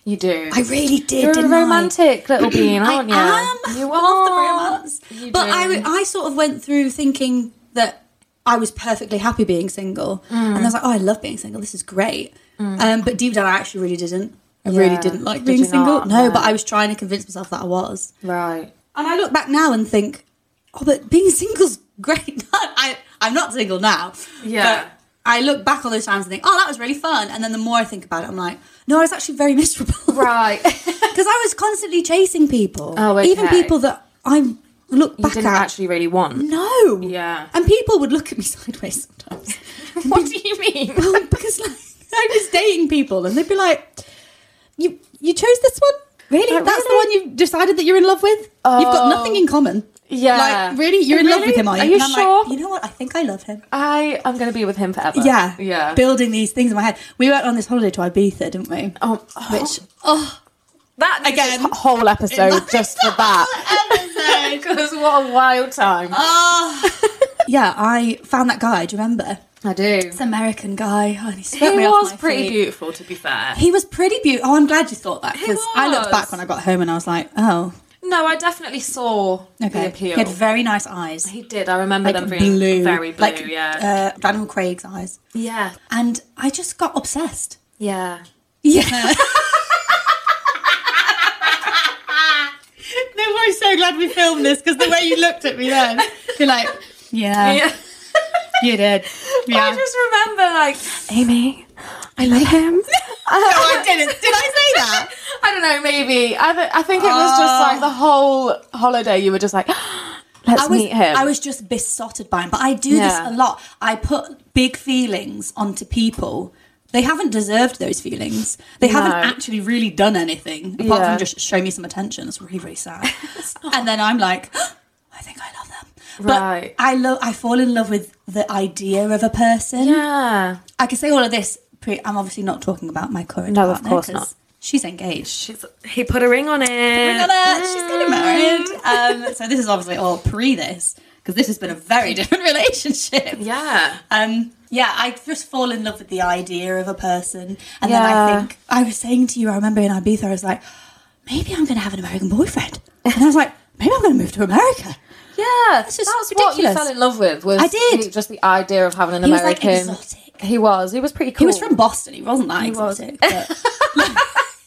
[SPEAKER 2] you do.
[SPEAKER 1] I really did.
[SPEAKER 2] You're a
[SPEAKER 1] didn't I?
[SPEAKER 2] romantic little being, aren't you?
[SPEAKER 1] I am.
[SPEAKER 2] You
[SPEAKER 1] I
[SPEAKER 2] are.
[SPEAKER 1] love the romance.
[SPEAKER 2] You
[SPEAKER 1] but
[SPEAKER 2] do.
[SPEAKER 1] I, w- I sort of went through thinking that I was perfectly happy being single, and
[SPEAKER 2] Mm.
[SPEAKER 1] I was like, oh, I love being single. This is great. Um, but deep down, I actually really didn't. I really
[SPEAKER 2] Yeah.
[SPEAKER 1] didn't like
[SPEAKER 2] Did
[SPEAKER 1] being
[SPEAKER 2] you
[SPEAKER 1] single.
[SPEAKER 2] not?
[SPEAKER 1] No,
[SPEAKER 2] No.
[SPEAKER 1] but I was trying to convince myself that I was.
[SPEAKER 2] right.
[SPEAKER 1] And I look back now and think, oh, but being single's great. I, I'm not single now.
[SPEAKER 2] Yeah.
[SPEAKER 1] But I look back on those times and think, oh, that was really fun. And then the more I think about it, I'm like, no, I was actually very miserable.
[SPEAKER 2] Right.
[SPEAKER 1] Because I was constantly chasing people.
[SPEAKER 2] Oh, okay.
[SPEAKER 1] Even people that I look
[SPEAKER 2] you
[SPEAKER 1] back
[SPEAKER 2] didn't
[SPEAKER 1] at.
[SPEAKER 2] actually really want.
[SPEAKER 1] no.
[SPEAKER 2] Yeah.
[SPEAKER 1] And people would look at me sideways sometimes.
[SPEAKER 2] what do you mean?
[SPEAKER 1] Well, because like, I was dating people and they'd be like, you, you chose this one? Really?
[SPEAKER 2] Like,
[SPEAKER 1] That's
[SPEAKER 2] really?
[SPEAKER 1] the one you've decided that you're in love with? You've got
[SPEAKER 2] Oh.
[SPEAKER 1] nothing in common.
[SPEAKER 2] Yeah.
[SPEAKER 1] Like, really? You're in love with
[SPEAKER 2] Really?
[SPEAKER 1] him, are you?
[SPEAKER 2] Are you
[SPEAKER 1] And I'm
[SPEAKER 2] sure?
[SPEAKER 1] Like, you know what? I think I love him.
[SPEAKER 2] I am gonna be with him forever.
[SPEAKER 1] yeah.
[SPEAKER 2] Yeah.
[SPEAKER 1] Building these things in my head. We went on this holiday to Ibiza, didn't we?
[SPEAKER 2] oh, oh,
[SPEAKER 1] Which, oh,
[SPEAKER 2] that
[SPEAKER 1] again.
[SPEAKER 2] again whole episode just for that.
[SPEAKER 1] episode.
[SPEAKER 2] Because what a wild time.
[SPEAKER 1] yeah, I found that guy. Do you remember?
[SPEAKER 2] I do.
[SPEAKER 1] This American guy. Oh, and he swept
[SPEAKER 2] He
[SPEAKER 1] me off
[SPEAKER 2] was
[SPEAKER 1] my
[SPEAKER 2] pretty
[SPEAKER 1] feet.
[SPEAKER 2] beautiful, to be fair.
[SPEAKER 1] He was pretty beautiful. Oh, I'm glad you thought that because I looked
[SPEAKER 2] was.
[SPEAKER 1] back when I got home and I was like, oh,
[SPEAKER 2] No, I definitely saw the
[SPEAKER 1] okay. He
[SPEAKER 2] appeal.
[SPEAKER 1] had very nice eyes.
[SPEAKER 2] He did. I remember them being
[SPEAKER 1] blue,
[SPEAKER 2] very blue.
[SPEAKER 1] like,
[SPEAKER 2] yeah.
[SPEAKER 1] Uh, Daniel Craig's eyes.
[SPEAKER 2] yeah.
[SPEAKER 1] And I just got obsessed.
[SPEAKER 2] Yeah.
[SPEAKER 1] Yeah. no, I'm so glad we filmed this because the way you looked at me then, you're like, yeah,
[SPEAKER 2] Yeah.
[SPEAKER 1] you did.
[SPEAKER 2] I just remember, like, Amy, I love him.
[SPEAKER 1] no, I didn't. Did I say that?
[SPEAKER 2] I don't know, maybe. I, th- I think it was just like the whole holiday, you were just like, let's
[SPEAKER 1] I was,
[SPEAKER 2] meet him.
[SPEAKER 1] I was just besotted by him. But I do
[SPEAKER 2] Yeah.
[SPEAKER 1] this a lot. I put big feelings onto people. They haven't deserved those feelings. They haven't
[SPEAKER 2] No.
[SPEAKER 1] actually really done anything apart
[SPEAKER 2] Yeah.
[SPEAKER 1] from just show me some attention. It's really, really sad. and then I'm like, I think I love them. But
[SPEAKER 2] Right.
[SPEAKER 1] I love. I fall in love with the idea of a person.
[SPEAKER 2] yeah.
[SPEAKER 1] I can say all of this. Pre- I'm obviously not talking about my current.
[SPEAKER 2] No, of
[SPEAKER 1] partner
[SPEAKER 2] course
[SPEAKER 1] 'cause
[SPEAKER 2] not.
[SPEAKER 1] She's engaged.
[SPEAKER 2] She's, he put a ring on it.
[SPEAKER 1] We're gonna- she's getting married. Um, so this is obviously all pre this because this has been a very different relationship.
[SPEAKER 2] Yeah.
[SPEAKER 1] Um, yeah, I just fall in love with the idea of a person, and then I
[SPEAKER 2] Yeah.
[SPEAKER 1] think I was saying to you, I remember in Ibiza, I was like, maybe I'm going to have an American boyfriend, and I was like, maybe I'm going to move to America.
[SPEAKER 2] Yeah. That's
[SPEAKER 1] just
[SPEAKER 2] what you
[SPEAKER 1] ridiculous.
[SPEAKER 2] fell in love with. Was
[SPEAKER 1] I did.
[SPEAKER 2] the- just the idea of having an
[SPEAKER 1] He was, like,
[SPEAKER 2] American.
[SPEAKER 1] exotic.
[SPEAKER 2] He was. He was pretty cool.
[SPEAKER 1] He was from Boston. He wasn't that
[SPEAKER 2] was.
[SPEAKER 1] exotic. but- he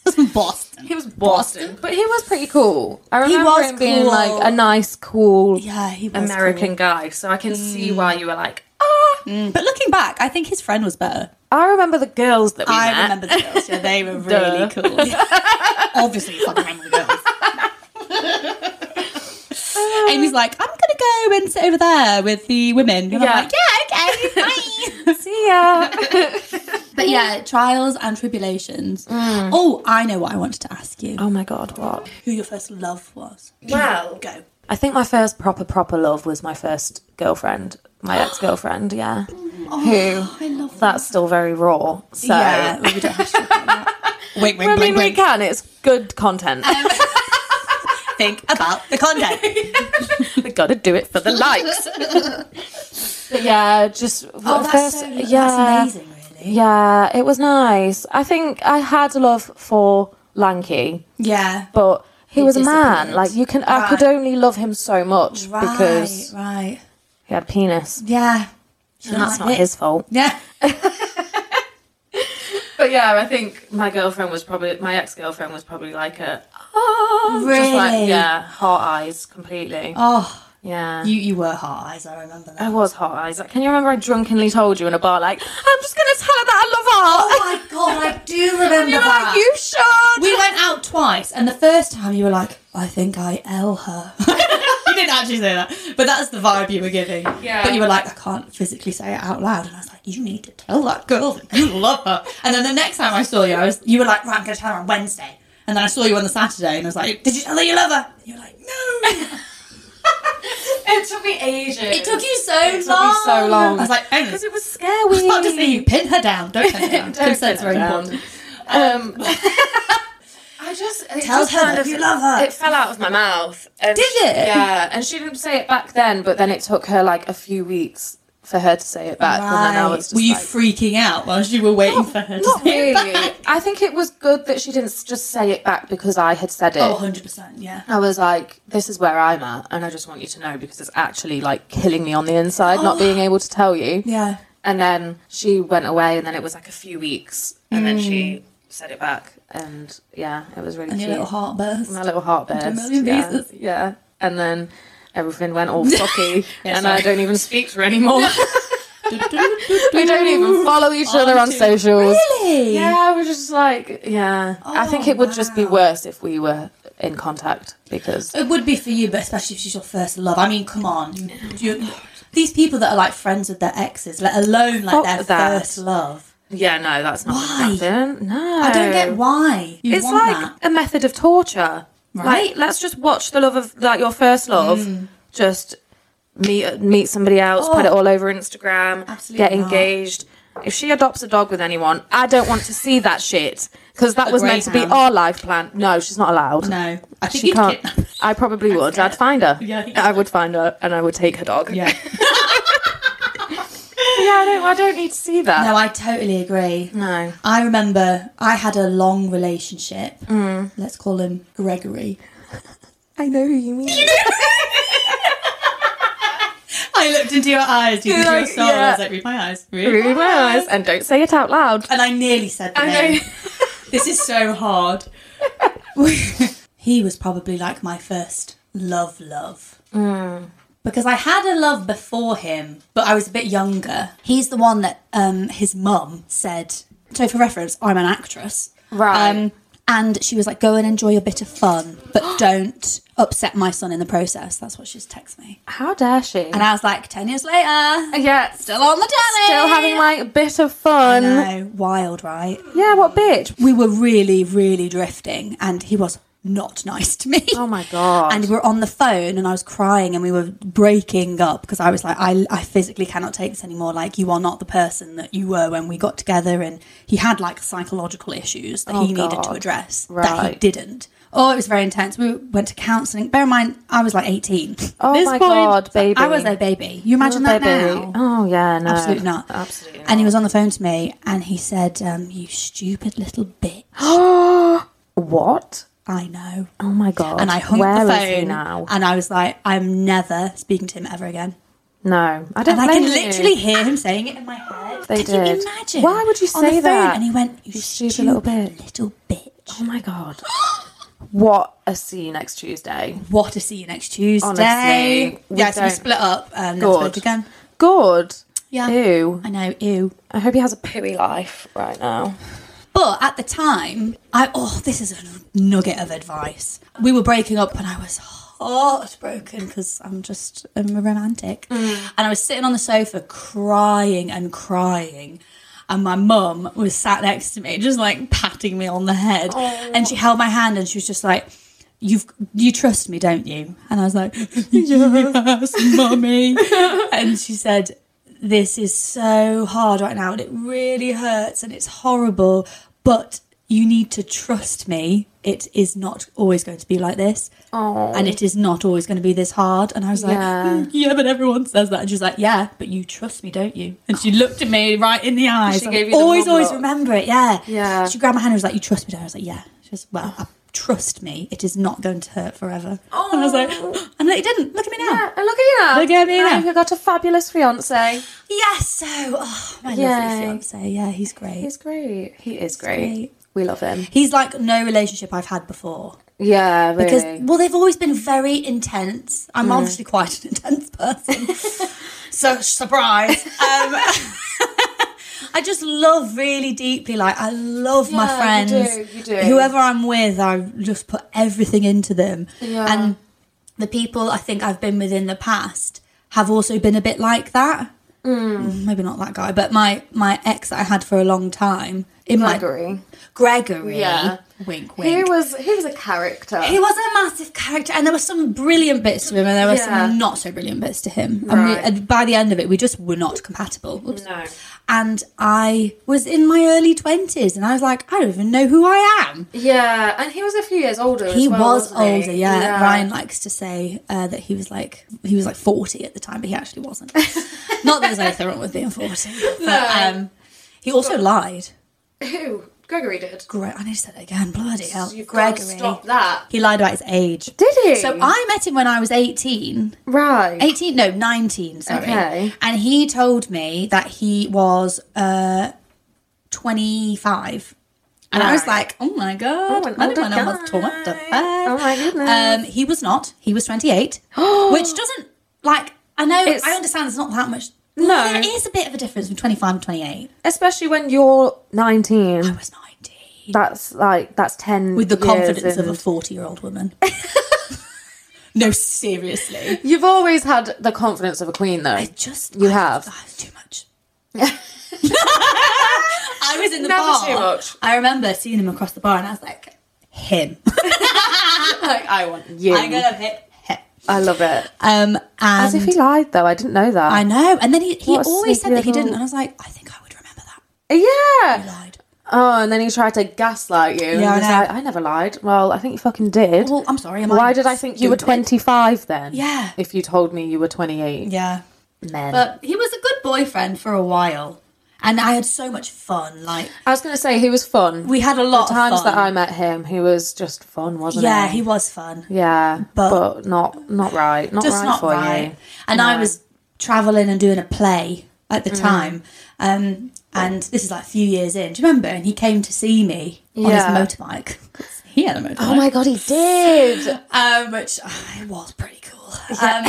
[SPEAKER 1] was from Boston.
[SPEAKER 2] He was Boston, but he was pretty cool. I
[SPEAKER 1] He
[SPEAKER 2] remember
[SPEAKER 1] was
[SPEAKER 2] him being
[SPEAKER 1] cool.
[SPEAKER 2] like a nice, cool
[SPEAKER 1] Yeah, he was Mm.
[SPEAKER 2] American guy. So I can see why you were like, ah.
[SPEAKER 1] cool. But looking back, I think his friend was better.
[SPEAKER 2] I remember the girls that we
[SPEAKER 1] I
[SPEAKER 2] met.
[SPEAKER 1] remember the girls. Yeah, they were really
[SPEAKER 2] Duh.
[SPEAKER 1] cool. Obviously, you fucking remember the girls. Amy's like, I'm gonna go and sit over there with the women. And
[SPEAKER 2] Yeah.
[SPEAKER 1] I'm like, yeah, okay, bye.
[SPEAKER 2] See ya.
[SPEAKER 1] but yeah, trials and tribulations. Oh, I know what I wanted to ask you.
[SPEAKER 2] oh my god, what?
[SPEAKER 1] Who your first love was?
[SPEAKER 2] Well,
[SPEAKER 1] go.
[SPEAKER 2] I think my first proper proper love was my first girlfriend, my ex girlfriend. Yeah,
[SPEAKER 1] Oh, I love that.
[SPEAKER 2] that's still very raw. So
[SPEAKER 1] Yeah, well, we don't have to talk about that. Wink, wink,
[SPEAKER 2] I mean,
[SPEAKER 1] blink,
[SPEAKER 2] we
[SPEAKER 1] wink.
[SPEAKER 2] can. It's good content.
[SPEAKER 1] Think about the content.
[SPEAKER 2] we got to do it for the likes. but yeah, just
[SPEAKER 1] Oh, that's,
[SPEAKER 2] first.
[SPEAKER 1] so,
[SPEAKER 2] yeah,
[SPEAKER 1] that's amazing, really.
[SPEAKER 2] yeah, it was nice. I think I had a love for lanky,
[SPEAKER 1] Yeah.
[SPEAKER 2] but. He, was a man.
[SPEAKER 1] disappeared.
[SPEAKER 2] Like you can, I could only love him so much
[SPEAKER 1] Right,
[SPEAKER 2] because
[SPEAKER 1] right.
[SPEAKER 2] he had penis,
[SPEAKER 1] Yeah.
[SPEAKER 2] and that's not his fault.
[SPEAKER 1] Yeah.
[SPEAKER 2] But yeah, I think my girlfriend was probably my ex girlfriend was probably like a oh, just
[SPEAKER 1] Really?
[SPEAKER 2] like, yeah, hot eyes completely.
[SPEAKER 1] Oh,
[SPEAKER 2] yeah,
[SPEAKER 1] you you were hot eyes. I remember that.
[SPEAKER 2] I was hot eyes. Like, can you remember I drunkenly told you in a bar like I'm just gonna tell her that I love her.
[SPEAKER 1] Oh my god, I do remember
[SPEAKER 2] You're
[SPEAKER 1] that.
[SPEAKER 2] like you should.
[SPEAKER 1] we went out twice, and the first time you were like, "I think I L her." you didn't actually say that, but that's the vibe you were giving.
[SPEAKER 2] Yeah.
[SPEAKER 1] But you were like, "I can't physically say it out loud," and I was like, "You need to tell that girl that you love her." And then the next time I saw you, I was you were like, "Right, I'm going to tell her on Wednesday." And then I saw you on the Saturday, and I was like, "Did you tell her you love her?" And you were like, "No."
[SPEAKER 2] it took me ages.
[SPEAKER 1] It took you so
[SPEAKER 2] took me
[SPEAKER 1] long.
[SPEAKER 2] so
[SPEAKER 1] I
[SPEAKER 2] long.
[SPEAKER 1] was like, "Hang on."
[SPEAKER 2] because it was
[SPEAKER 1] I was
[SPEAKER 2] scary.
[SPEAKER 1] about to say, you pin her down. Don't pin her down.
[SPEAKER 2] Don't Um,
[SPEAKER 1] Consent's
[SPEAKER 2] sit
[SPEAKER 1] very
[SPEAKER 2] down.
[SPEAKER 1] important.
[SPEAKER 2] Um, I just it
[SPEAKER 1] Tell
[SPEAKER 2] just
[SPEAKER 1] Heather
[SPEAKER 2] kind of,
[SPEAKER 1] you love her.
[SPEAKER 2] It fell out of my mouth. And
[SPEAKER 1] Did
[SPEAKER 2] she-
[SPEAKER 1] it?
[SPEAKER 2] Yeah, and she didn't say it back then, but then it took her like a few weeks for her to say it back, and Uh, then I
[SPEAKER 1] Right.
[SPEAKER 2] was just
[SPEAKER 1] Were you
[SPEAKER 2] like,
[SPEAKER 1] freaking out while you were waiting for her to
[SPEAKER 2] not
[SPEAKER 1] say it
[SPEAKER 2] really.
[SPEAKER 1] back?
[SPEAKER 2] I think it was good that she didn't s- just say it back because I had said it.
[SPEAKER 1] Oh, 100%, yeah.
[SPEAKER 2] I was like, this is where I'm at, and I just want you to know because it's actually like killing me on the inside, not being able to tell you.
[SPEAKER 1] Yeah.
[SPEAKER 2] And then she went away, and then it was like a few weeks, and then she said it back, and yeah, it was really
[SPEAKER 1] Mm. And your
[SPEAKER 2] cute.
[SPEAKER 1] little heart burst.
[SPEAKER 2] My little heart burst.
[SPEAKER 1] a million
[SPEAKER 2] yeah,
[SPEAKER 1] pieces.
[SPEAKER 2] yeah. and then everything went all fucky,
[SPEAKER 1] Yeah,
[SPEAKER 2] and
[SPEAKER 1] sorry.
[SPEAKER 2] I don't even speak to her anymore. we
[SPEAKER 1] we
[SPEAKER 2] don't even follow each other on
[SPEAKER 1] Aren't you-
[SPEAKER 2] socials.
[SPEAKER 1] Really?
[SPEAKER 2] Yeah, we're just like, yeah. I think
[SPEAKER 1] Oh,
[SPEAKER 2] it would just be
[SPEAKER 1] wow.
[SPEAKER 2] worse if we were in contact because
[SPEAKER 1] It would be for you, but especially if she's your first love. I mean, come on. You- these people that are like friends with their exes, let alone like
[SPEAKER 2] Fuck
[SPEAKER 1] their
[SPEAKER 2] that.
[SPEAKER 1] first love.
[SPEAKER 2] yeah, no, that's not
[SPEAKER 1] Why?
[SPEAKER 2] going to happen. No,
[SPEAKER 1] I don't get why you
[SPEAKER 2] It's
[SPEAKER 1] want
[SPEAKER 2] like a method of torture.
[SPEAKER 1] Right. Mm.
[SPEAKER 2] Like, let's just watch the love of like your first love. Just meet meet somebody else, put
[SPEAKER 1] Oh.
[SPEAKER 2] it all over Instagram,
[SPEAKER 1] Absolutely
[SPEAKER 2] get
[SPEAKER 1] not.
[SPEAKER 2] engaged. If she adopts a dog with anyone, I don't want to see that shit because that was meant to be
[SPEAKER 1] greyhound.
[SPEAKER 2] our life plan. No, she's not allowed.
[SPEAKER 1] that. No, I think
[SPEAKER 2] She
[SPEAKER 1] you'd
[SPEAKER 2] can't.
[SPEAKER 1] kidnap-
[SPEAKER 2] I probably would. I'd find her.
[SPEAKER 1] Yeah.
[SPEAKER 2] I would find her, and I would take her dog.
[SPEAKER 1] Yeah.
[SPEAKER 2] yeah. I don't. I don't need to see that.
[SPEAKER 1] No, I totally agree.
[SPEAKER 2] No.
[SPEAKER 1] I remember I had a long relationship.
[SPEAKER 2] Mm.
[SPEAKER 1] Let's call him Gregory.
[SPEAKER 2] I know who you mean.
[SPEAKER 1] I looked into your eyes. You
[SPEAKER 2] You're
[SPEAKER 1] looked into your soul.
[SPEAKER 2] like,
[SPEAKER 1] I
[SPEAKER 2] yeah.
[SPEAKER 1] was like, read my eyes. Read,
[SPEAKER 2] Really nice. And don't say it out loud.
[SPEAKER 1] And I nearly said the name. This is so hard. he was probably like my first love, love.
[SPEAKER 2] Mm.
[SPEAKER 1] Because I had a love before him, but I was a bit younger. He's the one that um, his mum said. So, for reference, I'm an actress. Um,
[SPEAKER 2] Right.
[SPEAKER 1] and she was like, go and enjoy your bit of fun, but don't upset my son in the process. That's what she's texted me.
[SPEAKER 2] How dare she?
[SPEAKER 1] And I was like, 10 years later,
[SPEAKER 2] yeah,
[SPEAKER 1] still on the telly.
[SPEAKER 2] still having like a bit of fun.
[SPEAKER 1] No, wild, right?
[SPEAKER 2] Yeah, what bitch?
[SPEAKER 1] we were really, really drifting, and he was not nice to me.
[SPEAKER 2] Oh my god.
[SPEAKER 1] And we were on the phone, and I was crying, and we were breaking up because I was like, I, I physically cannot take this anymore. Like, you are not the person that you were when we got together. And he had like psychological issues that he needed to
[SPEAKER 2] Oh God.
[SPEAKER 1] address that he
[SPEAKER 2] Right.
[SPEAKER 1] didn't. Oh, it was very intense. We went to counselling. Bear in mind, I was like 18.
[SPEAKER 2] Oh
[SPEAKER 1] This
[SPEAKER 2] my God, baby.
[SPEAKER 1] I was a baby. You
[SPEAKER 2] Oh,
[SPEAKER 1] imagine that
[SPEAKER 2] baby.
[SPEAKER 1] now?
[SPEAKER 2] Oh yeah, no.
[SPEAKER 1] Absolutely not.
[SPEAKER 2] Absolutely not.
[SPEAKER 1] And he was on the phone to me, and he said, um, "You stupid little bitch."
[SPEAKER 2] what?
[SPEAKER 1] I know.
[SPEAKER 2] Oh my god.
[SPEAKER 1] and I hung
[SPEAKER 2] Where
[SPEAKER 1] up the
[SPEAKER 2] is he
[SPEAKER 1] phone
[SPEAKER 2] now?
[SPEAKER 1] and I was like, I'm never speaking to him ever again.
[SPEAKER 2] No, I don't.
[SPEAKER 1] And I can
[SPEAKER 2] blame you.
[SPEAKER 1] literally hear him saying it in my head.
[SPEAKER 2] They
[SPEAKER 1] can
[SPEAKER 2] did.
[SPEAKER 1] you imagine?
[SPEAKER 2] Why would you
[SPEAKER 1] On the
[SPEAKER 2] say
[SPEAKER 1] phone,
[SPEAKER 2] that?
[SPEAKER 1] And he went, "You
[SPEAKER 2] stupid
[SPEAKER 1] stupid little
[SPEAKER 2] little
[SPEAKER 1] bitch." Little bitch.
[SPEAKER 2] Oh my god. what a see you next Tuesday.
[SPEAKER 1] What a see you next Tuesday.
[SPEAKER 2] Honestly, we
[SPEAKER 1] yeah, so we
[SPEAKER 2] don't-
[SPEAKER 1] split up and then spoke
[SPEAKER 2] Good.
[SPEAKER 1] again.
[SPEAKER 2] Good.
[SPEAKER 1] Yeah.
[SPEAKER 2] Ew.
[SPEAKER 1] I know. Ew.
[SPEAKER 2] I hope he has a pooey life right now.
[SPEAKER 1] But at the time, I oh, this is a nugget of advice. We were breaking up, and I was heartbroken because I'm just I'm a romantic, and I was sitting on the sofa crying and crying. And my mum was sat next to me, just like patting me on the head, and she held my hand and she was just like, "You've you trust me, don't you?" And I was like, "Yes, mummy." and she said, this is so hard right now and it really hurts and it's horrible, but you need to trust me. It is not always going to be like this. And it is not always going to be this hard. And I was like,
[SPEAKER 2] Yeah.
[SPEAKER 1] "Mm, yeah, but everyone says that. And she was like, yeah, but you trust me, don't you? And she looked at me right in the eyes.
[SPEAKER 2] She
[SPEAKER 1] I
[SPEAKER 2] gave you the
[SPEAKER 1] always,
[SPEAKER 2] mug
[SPEAKER 1] always
[SPEAKER 2] look.
[SPEAKER 1] remember it. Yeah.
[SPEAKER 2] Yeah.
[SPEAKER 1] She grabbed my hand and was like, you trust me, don't you? I was like, yeah. She was, well, uh, trust me. It is not going to hurt forever. And I was like, and it didn't. Look at me now.
[SPEAKER 2] Yeah, and look at you now.
[SPEAKER 1] Look at me now.
[SPEAKER 2] You've got a fabulous fiance.
[SPEAKER 1] Yes, so oh, my
[SPEAKER 2] Yay.
[SPEAKER 1] lovely fiance. Yeah, he's great. He's,
[SPEAKER 2] He's great. He is great.
[SPEAKER 1] great.
[SPEAKER 2] We love him.
[SPEAKER 1] like no relationship I've had before
[SPEAKER 2] Yeah, really.
[SPEAKER 1] because well, they've always been very intense. I'm obviously quite an intense person, so surprise. Um, I just love really deeply. Like I love my
[SPEAKER 2] Yeah, you
[SPEAKER 1] friends.
[SPEAKER 2] do, you do.
[SPEAKER 1] Whoever I'm with, I just put everything into them.
[SPEAKER 2] Yeah.
[SPEAKER 1] And the people I think I've been with in the past have also been a bit like that. Mm, Maybe not that guy, but my my ex that I had for a long time in
[SPEAKER 2] Gregory.
[SPEAKER 1] my Gregory.
[SPEAKER 2] Yeah.
[SPEAKER 1] Wink, wink.
[SPEAKER 2] He was he was a character.
[SPEAKER 1] He was a massive character, and there were some brilliant bits to him, and there were
[SPEAKER 2] Yeah.
[SPEAKER 1] some not so brilliant bits to him.
[SPEAKER 2] Right.
[SPEAKER 1] And, we, and by the end of it, we just were not compatible. Oops.
[SPEAKER 2] No.
[SPEAKER 1] And I was in my early 20s and I was like, I don't even know who I am.
[SPEAKER 2] Yeah, and he was a few years older. as
[SPEAKER 1] He
[SPEAKER 2] well,
[SPEAKER 1] was
[SPEAKER 2] wasn't he?
[SPEAKER 1] older, yeah. Ryan likes to say uh, that he was like he was like forty at the time, but he actually wasn't. Not that there's anything wrong with being forty. But,
[SPEAKER 2] No.
[SPEAKER 1] um, he also lied.
[SPEAKER 3] Who? Gregory did.
[SPEAKER 1] Gre- I need to say that again. Bloody hell,
[SPEAKER 3] You've got to
[SPEAKER 1] Gregory.
[SPEAKER 3] stop that.
[SPEAKER 1] He lied about his age.
[SPEAKER 2] Did he?
[SPEAKER 1] So I met him when I was eighteen.
[SPEAKER 2] right.
[SPEAKER 1] 18 no 19 sorry
[SPEAKER 2] Okay.
[SPEAKER 1] and he told me that he was uh 25 and I was
[SPEAKER 2] Right.
[SPEAKER 1] like, oh my god,
[SPEAKER 2] Oh, an
[SPEAKER 1] I don't
[SPEAKER 2] older
[SPEAKER 1] know what's
[SPEAKER 2] guy.
[SPEAKER 1] 25.
[SPEAKER 2] Oh my goodness.
[SPEAKER 1] Um, he was not. He was 28, which doesn't, like, I know,
[SPEAKER 2] It's-
[SPEAKER 1] I understand there's not that much.
[SPEAKER 2] No.
[SPEAKER 1] There is a bit of a difference between 25 and 28.
[SPEAKER 2] Especially when you're 19.
[SPEAKER 1] I was 19.
[SPEAKER 2] That's like that's 10
[SPEAKER 1] With the
[SPEAKER 2] years
[SPEAKER 1] confidence of
[SPEAKER 2] in-
[SPEAKER 1] a 40 year old woman. no, seriously.
[SPEAKER 2] You've always had the confidence of a queen though.
[SPEAKER 1] I just
[SPEAKER 2] You
[SPEAKER 1] I-
[SPEAKER 2] have.
[SPEAKER 1] I was too much. I was in the
[SPEAKER 2] Never
[SPEAKER 1] bar.
[SPEAKER 2] too much.
[SPEAKER 1] I remember seeing him across the bar, and I was like, him.
[SPEAKER 2] Like, I want you.
[SPEAKER 1] I'm gonna hit him.
[SPEAKER 2] I love it.
[SPEAKER 1] Um,
[SPEAKER 2] As if
[SPEAKER 1] and
[SPEAKER 2] he lied though. I didn't know that.
[SPEAKER 1] I know. And then he, he
[SPEAKER 2] What a
[SPEAKER 1] always said
[SPEAKER 2] sneaky
[SPEAKER 1] that he
[SPEAKER 2] little-
[SPEAKER 1] didn't, and I was like, I think I would remember that.
[SPEAKER 2] yeah.
[SPEAKER 1] I lied.
[SPEAKER 2] Oh, and then he tried to gaslight you.
[SPEAKER 1] Yeah, I
[SPEAKER 2] Yeah,
[SPEAKER 1] know.
[SPEAKER 2] I, I never lied. Well, I think you fucking did.
[SPEAKER 1] Well, I'm sorry. Am
[SPEAKER 2] Why did I think you were
[SPEAKER 1] stupid?
[SPEAKER 2] 25 then?
[SPEAKER 1] Yeah.
[SPEAKER 2] If you told me you were 28.
[SPEAKER 1] Yeah,
[SPEAKER 2] Men.
[SPEAKER 1] but he was a good boyfriend for a while, and I had so much fun. Like
[SPEAKER 2] I was going to say, he was fun.
[SPEAKER 1] we had a lot
[SPEAKER 2] the times
[SPEAKER 1] of fun.
[SPEAKER 2] that I met him, he was just fun, wasn't
[SPEAKER 1] yeah,
[SPEAKER 2] he?
[SPEAKER 1] he was fun.
[SPEAKER 2] Yeah,
[SPEAKER 1] But-
[SPEAKER 2] but, not not right, not
[SPEAKER 1] just
[SPEAKER 2] right
[SPEAKER 1] not
[SPEAKER 2] for
[SPEAKER 1] right.
[SPEAKER 2] you. Uh-huh.
[SPEAKER 1] And I
[SPEAKER 2] No.
[SPEAKER 1] was traveling and doing a play at the
[SPEAKER 2] Mm-hmm.
[SPEAKER 1] time. Um, and this is like a few years in. Do you remember? And he came to see me
[SPEAKER 2] Yeah.
[SPEAKER 1] on his motorbike. 'Cause he had a motorbike.
[SPEAKER 2] Oh my god, he did.
[SPEAKER 1] Um, which ah, it was pretty cool. Um,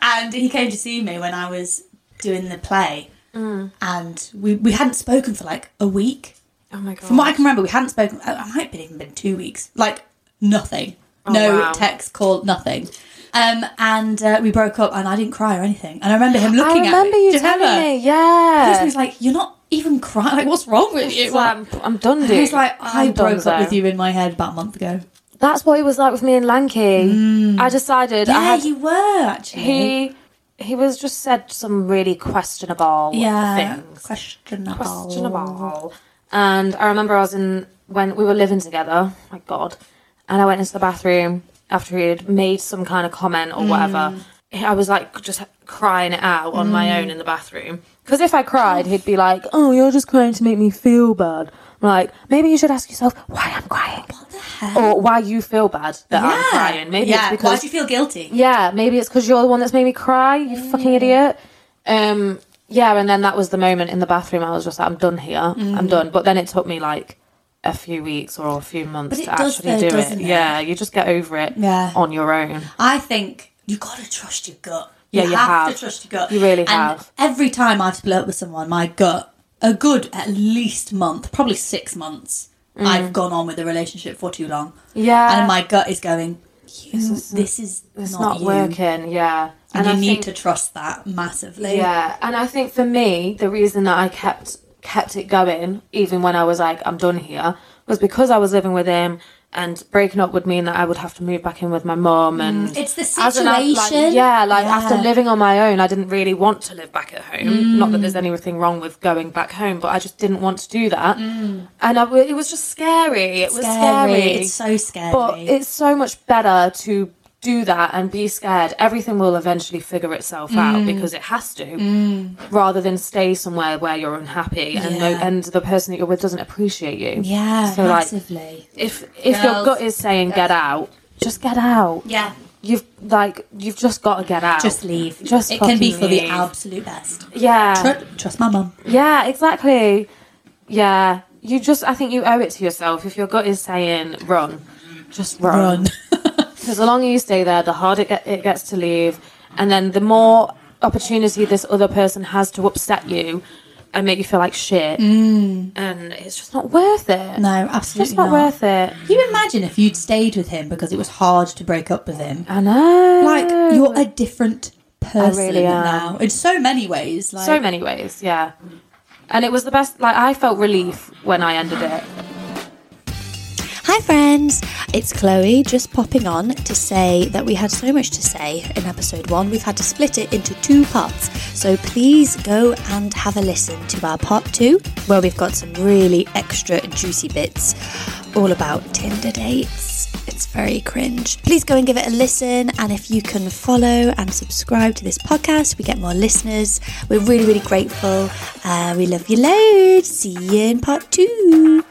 [SPEAKER 1] and he came to see me when I was doing the play.
[SPEAKER 2] Mm.
[SPEAKER 1] And we, we hadn't spoken for like a week.
[SPEAKER 2] Oh my god.
[SPEAKER 1] From what I can remember, we hadn't spoken. I I might have been even been two weeks. Like nothing, no
[SPEAKER 2] Oh, wow.
[SPEAKER 1] text, call, nothing. Um, and uh, we broke up, and I didn't cry or anything. And I remember him
[SPEAKER 2] I
[SPEAKER 1] looking at
[SPEAKER 2] remember
[SPEAKER 1] me.
[SPEAKER 2] you
[SPEAKER 1] Do
[SPEAKER 2] telling
[SPEAKER 1] remember?
[SPEAKER 2] me.
[SPEAKER 1] He
[SPEAKER 2] Yeah.
[SPEAKER 1] was like, "You're not even crying. Like, what's wrong with you?"
[SPEAKER 2] Well, I'm, I'm done, dude.
[SPEAKER 1] He was like, "I
[SPEAKER 2] I'm done
[SPEAKER 1] broke up with
[SPEAKER 2] there.
[SPEAKER 1] you in my head about a month ago."
[SPEAKER 2] That's what he was like with me and Lanky. I decided I
[SPEAKER 1] Mm. Yeah,
[SPEAKER 2] had
[SPEAKER 1] you were actually.
[SPEAKER 2] he he was just said some really questionable
[SPEAKER 1] yeah, Oh.
[SPEAKER 2] things.
[SPEAKER 1] questionable.
[SPEAKER 2] questionable. And I remember I was in when we were living together. My God! And I went into the bathroom after he had made some kind of comment or whatever.
[SPEAKER 1] Mm.
[SPEAKER 2] I was like just crying it out on my own in the bathroom because if I cried, he'd be like, "Oh, you're just crying to make me feel bad." I'm like maybe you should ask yourself why I'm crying
[SPEAKER 1] What the hell?
[SPEAKER 2] or why you feel bad that I'm crying. Maybe
[SPEAKER 1] yeah.
[SPEAKER 2] it's because
[SPEAKER 1] Why do you feel guilty?
[SPEAKER 2] yeah, maybe it's because you're the one that's made me cry, you fucking idiot. Um, yeah, and then that was the moment in the bathroom I was just like, I'm done here, I'm
[SPEAKER 1] Mm-hmm.
[SPEAKER 2] done. But then it took me like a few weeks or a few months
[SPEAKER 1] But it
[SPEAKER 2] to
[SPEAKER 1] does
[SPEAKER 2] actually
[SPEAKER 1] though,
[SPEAKER 2] do it.
[SPEAKER 1] doesn't it?
[SPEAKER 2] Yeah, you just get over it
[SPEAKER 1] Yeah.
[SPEAKER 2] on your own.
[SPEAKER 1] I think you gotta trust your gut.
[SPEAKER 2] Yeah, you have.
[SPEAKER 1] to trust your gut.
[SPEAKER 2] You really
[SPEAKER 1] and
[SPEAKER 2] have.
[SPEAKER 1] Every time I've split up with someone, my gut, a good at least month, probably six months, I've gone on with the relationship for too long,
[SPEAKER 2] Mm. Yeah,
[SPEAKER 1] and my gut is going. You, this is,
[SPEAKER 2] it's
[SPEAKER 1] not,
[SPEAKER 2] not,
[SPEAKER 1] you.
[SPEAKER 2] working. Yeah,
[SPEAKER 1] and, you
[SPEAKER 2] I
[SPEAKER 1] need
[SPEAKER 2] think-
[SPEAKER 1] to trust that massively.
[SPEAKER 2] Yeah, and I think for me, the reason that I kept kept it going, even when I was like, I'm done here, was because I was living with him, and breaking up would mean that I would have to move back in with my mum, and
[SPEAKER 1] It's the
[SPEAKER 2] as an ad- like,
[SPEAKER 1] situation.
[SPEAKER 2] yeah, like
[SPEAKER 1] Yeah. Mm.
[SPEAKER 2] after living on my own, I didn't really want to live back at home. Not that there's anything wrong with going back home, but I just didn't want to do that, and I w it was just scary. It was
[SPEAKER 1] Mm. scary.
[SPEAKER 2] scary.
[SPEAKER 1] It's so scary.
[SPEAKER 2] But it's so much better to do that and be scared. Everything will eventually figure itself
[SPEAKER 1] Mm.
[SPEAKER 2] out because it has to, rather than stay somewhere where you're unhappy and no,
[SPEAKER 1] Yeah.
[SPEAKER 2] and the person that you're with doesn't appreciate you.
[SPEAKER 1] yeah,
[SPEAKER 2] So like,
[SPEAKER 1] massively.
[SPEAKER 2] if if your
[SPEAKER 1] Girls,
[SPEAKER 2] gut is saying get out, just get out.
[SPEAKER 1] yeah,
[SPEAKER 2] You've like you've just got to get out.
[SPEAKER 1] just leave.
[SPEAKER 2] Just
[SPEAKER 1] it can be
[SPEAKER 2] fucking
[SPEAKER 1] for the
[SPEAKER 2] leave.
[SPEAKER 1] absolute best.
[SPEAKER 2] yeah.
[SPEAKER 1] Tru- Trust my mum.
[SPEAKER 2] Yeah, exactly. Yeah. You just I think you owe it to yourself. If your gut is saying run, just run.
[SPEAKER 1] Run.
[SPEAKER 2] Because the longer you stay there, the harder it, get, it gets to leave. And then the more opportunity this other person has to upset you and make you feel like shit. And it's just not worth it.
[SPEAKER 1] Mm. No,
[SPEAKER 2] it's
[SPEAKER 1] absolutely
[SPEAKER 2] not, worth it.
[SPEAKER 1] Can you imagine if you'd stayed with him because it was hard to break up with him?
[SPEAKER 2] I know.
[SPEAKER 1] Like you're a different person
[SPEAKER 2] really am.
[SPEAKER 1] now in so many ways. Like
[SPEAKER 2] so many ways, yeah. And it was the best, like, I felt relief when I ended it.
[SPEAKER 1] Hi Hi, friends. It's Chloe just popping on to say that we had so much to say in episode one. We've had to split it into two parts. So please go and have a listen to our part two, where we've got some really extra juicy bits all about Tinder dates. It's very cringe. Please go and give it a listen. And if you can follow and subscribe to this podcast, we get more listeners. We're really, really grateful. Uh, we love you loads. See you in part two.